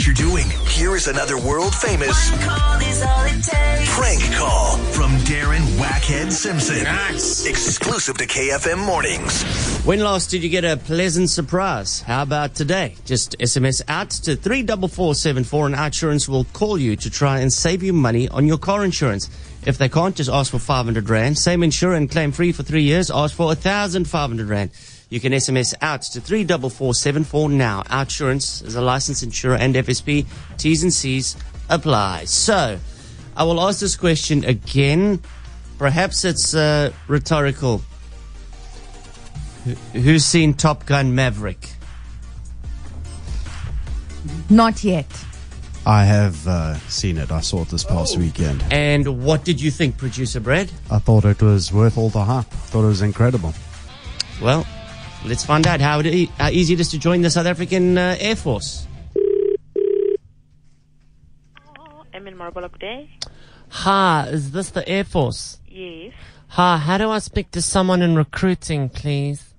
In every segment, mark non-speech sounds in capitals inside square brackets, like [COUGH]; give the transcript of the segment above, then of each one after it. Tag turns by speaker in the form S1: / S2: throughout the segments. S1: you're doing. Here is another world famous prank call from Darren Wackhead Simpson.
S2: Nice.
S1: Exclusive to KFM Mornings.
S3: When last did you get a pleasant surprise? How about today? Just SMS out to 34474 and our insurance will call you to try and save you money on your car insurance. If they can't, just ask for 500 Rand. Same insurer and claim free for three years. Ask for 1,500 Rand. You can SMS out to 34474 now. Our insurance is a licensed insurer and FSP. T's and C's apply. So, I will ask this question again. Perhaps it's uh, rhetorical. Who's seen Top Gun Maverick?
S4: Not yet.
S5: I have uh, seen it. I saw it this past weekend.
S3: And what did you think, producer Brad?
S5: I thought it was worth all the hype. Thought it was incredible.
S3: Well, let's find out how, it e- how easy it is to join the South African uh, Air Force.
S6: I'm in Marble Day.
S3: Hi, is this the Air Force?
S6: Yes.
S3: Hi, how do I speak to someone in recruiting, please?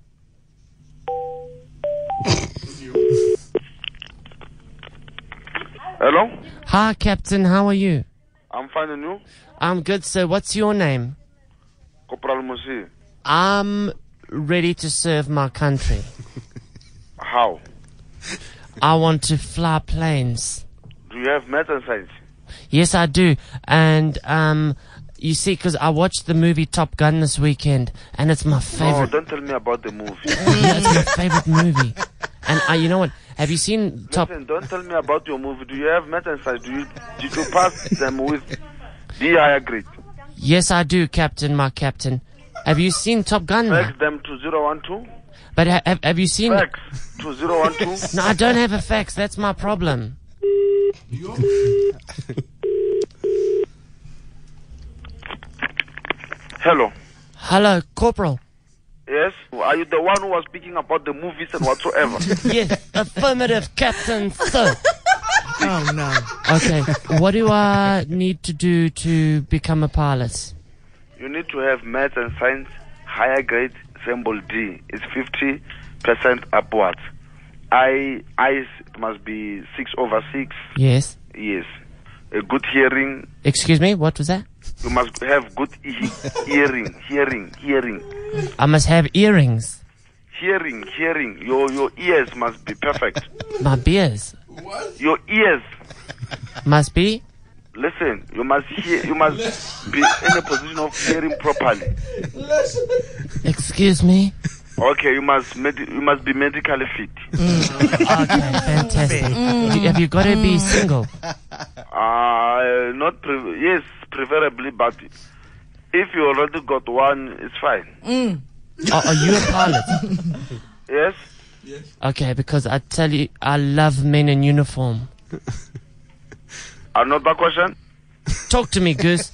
S7: Hello?
S3: Hi, Captain, how are you?
S7: I'm finding you.
S3: I'm good, sir. What's your name?
S7: Corporal Musi.
S3: I'm ready to serve my country.
S7: How?
S3: I want to fly planes.
S7: Do you have math and science?
S3: Yes, I do. And um, you see, because I watched the movie Top Gun this weekend, and it's my
S7: No,
S3: favorite.
S7: don't tell me about the movie.
S3: yeah, it's my favorite movie. And uh, you know what? Have you seen Top?
S7: Listen, don't tell me about your movie. Do you have math and science? Do you, did you pass them with the higher grade?
S3: Yes, I do, Captain. My captain. Have you seen Top Gun? man?
S7: Fax them to 012.
S3: But ha- have, have you seen?
S7: Fax to 012.
S3: No, I don't have a fax. That's my problem.
S7: Hello.
S3: Hello, Corporal.
S7: Yes? Are you the one who was speaking about the movies and whatsoever?
S3: Yes, affirmative, Captain. Sir. Oh no. Okay, what do I need to do to become a pilot?
S7: you need to have math and science higher grade symbol D. It's 50% upwards. I, I must be 6 over 6.
S3: Yes.
S7: Yes. A good hearing.
S3: Excuse me. What was that?
S7: You must have good e- hearing, hearing, hearing,
S3: I must have earrings.
S7: hearing, hearing. Your your ears must be perfect.
S3: My beers
S7: Your ears.
S3: must be.
S7: Listen, you must hear. You must be in a position of hearing properly.
S3: Excuse me.
S7: Okay, you must medi- you must be medically fit.
S3: Fantastic. You- have you got to be single?
S7: Uh not pre- yes, preferably, but if you already got one, it's fine.
S3: Are, are you a pilot?
S7: Yes.
S3: Okay, because I tell you, I love men in uniform.
S7: Another question.
S3: Talk to me, Goose.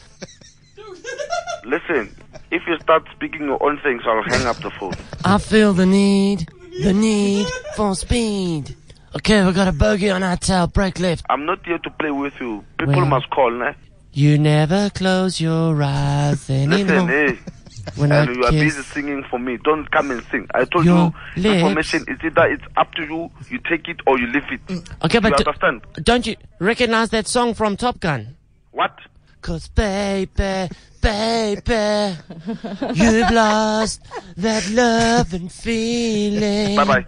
S7: Listen, if you start speaking your own things, I'll hang up the phone.
S3: I feel the need, the need for speed. Okay, we got a bogey on our tail. Break left.
S7: I'm not here to play with you. People
S3: Well.
S7: must call, ne?
S3: You never close your eyes
S7: Listen,
S3: anymore.
S7: hey,
S3: When I
S7: and you are busy
S3: kiss,
S7: singing for me. Don't come and sing. I told
S3: Your
S7: you,
S3: lips.
S7: information is either it's up to you, you take it or you leave it.
S3: okay,
S7: You
S3: but d-
S7: understand?
S3: don't you recognize that song from Top Gun?
S7: What?
S3: Cause baby, baby, you've lost that love and feeling.
S7: Bye bye.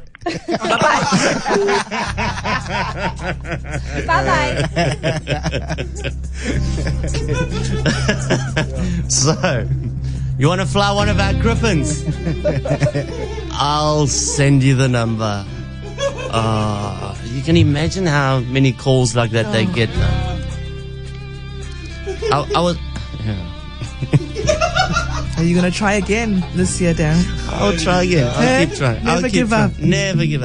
S4: Bye bye.
S3: So, you want to fly one of our [LAUGHS] griffins? I'll send you the number. Ah, you can imagine how many calls like that they get. Now. I, I was.
S8: Are you going to try again this year, Darren?
S3: I'll try again. I'll keep trying. I'll
S8: Never
S3: keep
S8: give
S3: trying.
S8: up.
S3: Never give up.